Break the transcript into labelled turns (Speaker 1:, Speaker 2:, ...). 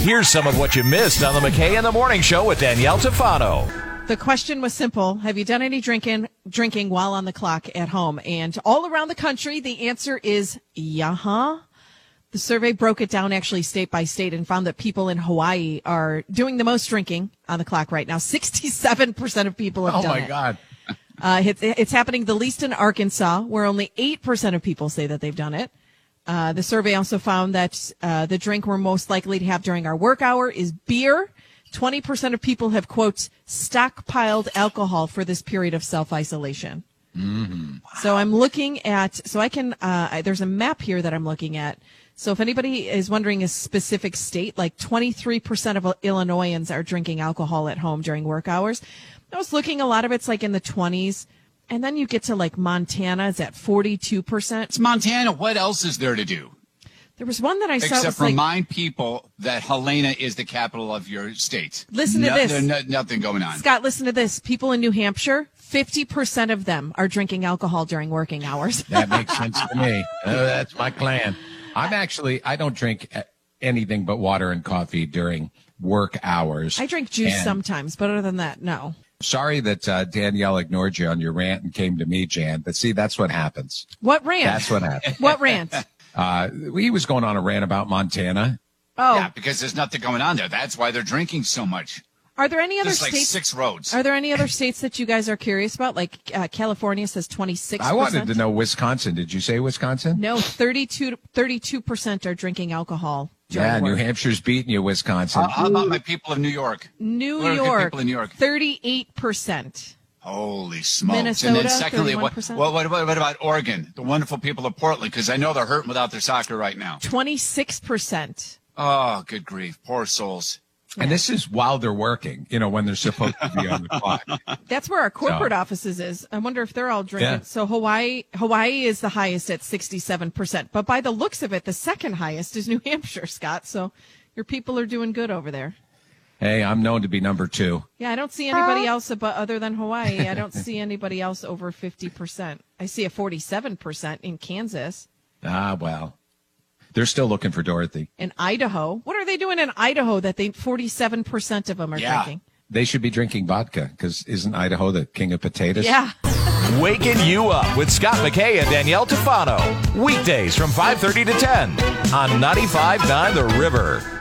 Speaker 1: Here's some of what you missed on the McKay in the Morning Show with Danielle Tafano.
Speaker 2: The question was simple. Have you done any drinking drinking while on the clock at home? And all around the country, the answer is yeah. huh. The survey broke it down actually state by state and found that people in Hawaii are doing the most drinking on the clock right now. 67% of people have
Speaker 3: Oh
Speaker 2: done
Speaker 3: my
Speaker 2: it.
Speaker 3: God.
Speaker 2: Uh, it's, it's happening the least in Arkansas, where only 8% of people say that they've done it. Uh, the survey also found that uh, the drink we're most likely to have during our work hour is beer. 20% of people have, quote, stockpiled alcohol for this period of self isolation. So I'm looking at, so I can, uh, I- there's a map here that I'm looking at. So if anybody is wondering a specific state, like 23% of Illinoisans are drinking alcohol at home during work hours. I was looking, a lot of it's like in the 20s. And then you get to like Montana is at 42%.
Speaker 3: It's Montana. What else is there to do?
Speaker 2: There was one that I saw. it
Speaker 3: Except
Speaker 2: was like,
Speaker 3: remind people that Helena is the capital of your state.
Speaker 2: Listen to
Speaker 3: No-
Speaker 2: this.
Speaker 3: there's no- nothing going on.
Speaker 2: Scott, listen to this. People in New Hampshire, 50% of them are drinking alcohol during working hours.
Speaker 4: That makes sense to me. Uh, that's my plan. I'm actually I don't drink uh, anything but water and coffee during work hours.
Speaker 2: I drink juice
Speaker 4: And
Speaker 2: sometimes, but other than that, no.
Speaker 4: Sorry that uh, Danielle ignored you on your rant and came to me, Jan. But see, that's what happens.
Speaker 2: What rant?
Speaker 4: That's what happens.
Speaker 2: What rant?
Speaker 4: Uh, he was going on a rant about Montana.
Speaker 2: Oh,
Speaker 3: Yeah, because there's nothing going on there. That's why they're drinking so much.
Speaker 2: are there any other
Speaker 3: There's like
Speaker 2: states?
Speaker 3: six roads.
Speaker 2: Are there any other states that you guys are curious about? Like uh, California says 26%.
Speaker 4: I wanted to know Wisconsin. Did you say Wisconsin?
Speaker 2: No, 32, 32% are drinking alcohol. during
Speaker 4: Yeah, New
Speaker 2: work.
Speaker 4: Hampshire's beating you, Wisconsin.
Speaker 2: Uh-huh.
Speaker 3: How about my people of New York?
Speaker 2: New
Speaker 3: Where are the
Speaker 2: York,
Speaker 3: people in New York?
Speaker 2: 38%.
Speaker 3: Holy smokes. and
Speaker 2: Minnesota,
Speaker 3: then secondly, what,
Speaker 2: 31%.
Speaker 3: well, what, what, what about Oregon? The wonderful people of Portland, because I know they're hurting without their soccer right now.
Speaker 2: 26%.
Speaker 3: Oh, good grief. Poor souls.
Speaker 4: And this is while they're working, you know, when they're supposed to be on the clock.
Speaker 2: That's where our corporate
Speaker 4: So-
Speaker 2: offices is. I wonder if they're all drinking.
Speaker 4: Yeah.
Speaker 2: So Hawaii, Hawaii is the highest at 67%. But by the looks of it, the second highest is New Hampshire, Scott. So your people are doing good over there.
Speaker 4: Hey, I'm known to be number two.
Speaker 2: Yeah, I don't see anybody else abo- other than Hawaii. I don't see anybody else over 50%. I see a 47% in Kansas
Speaker 4: Ah, well, they're still looking for Dorothy.
Speaker 2: and Idaho. What are they doing in Idaho that they 47% of them are
Speaker 3: Yeah.
Speaker 2: drinking?
Speaker 4: They should be drinking vodka because isn't Idaho the king of potatoes?
Speaker 2: Yeah.
Speaker 1: Waking you up with Scott McKay and Danielle Tafano. Weekdays from 5.30 to 10 on 95.9 The River.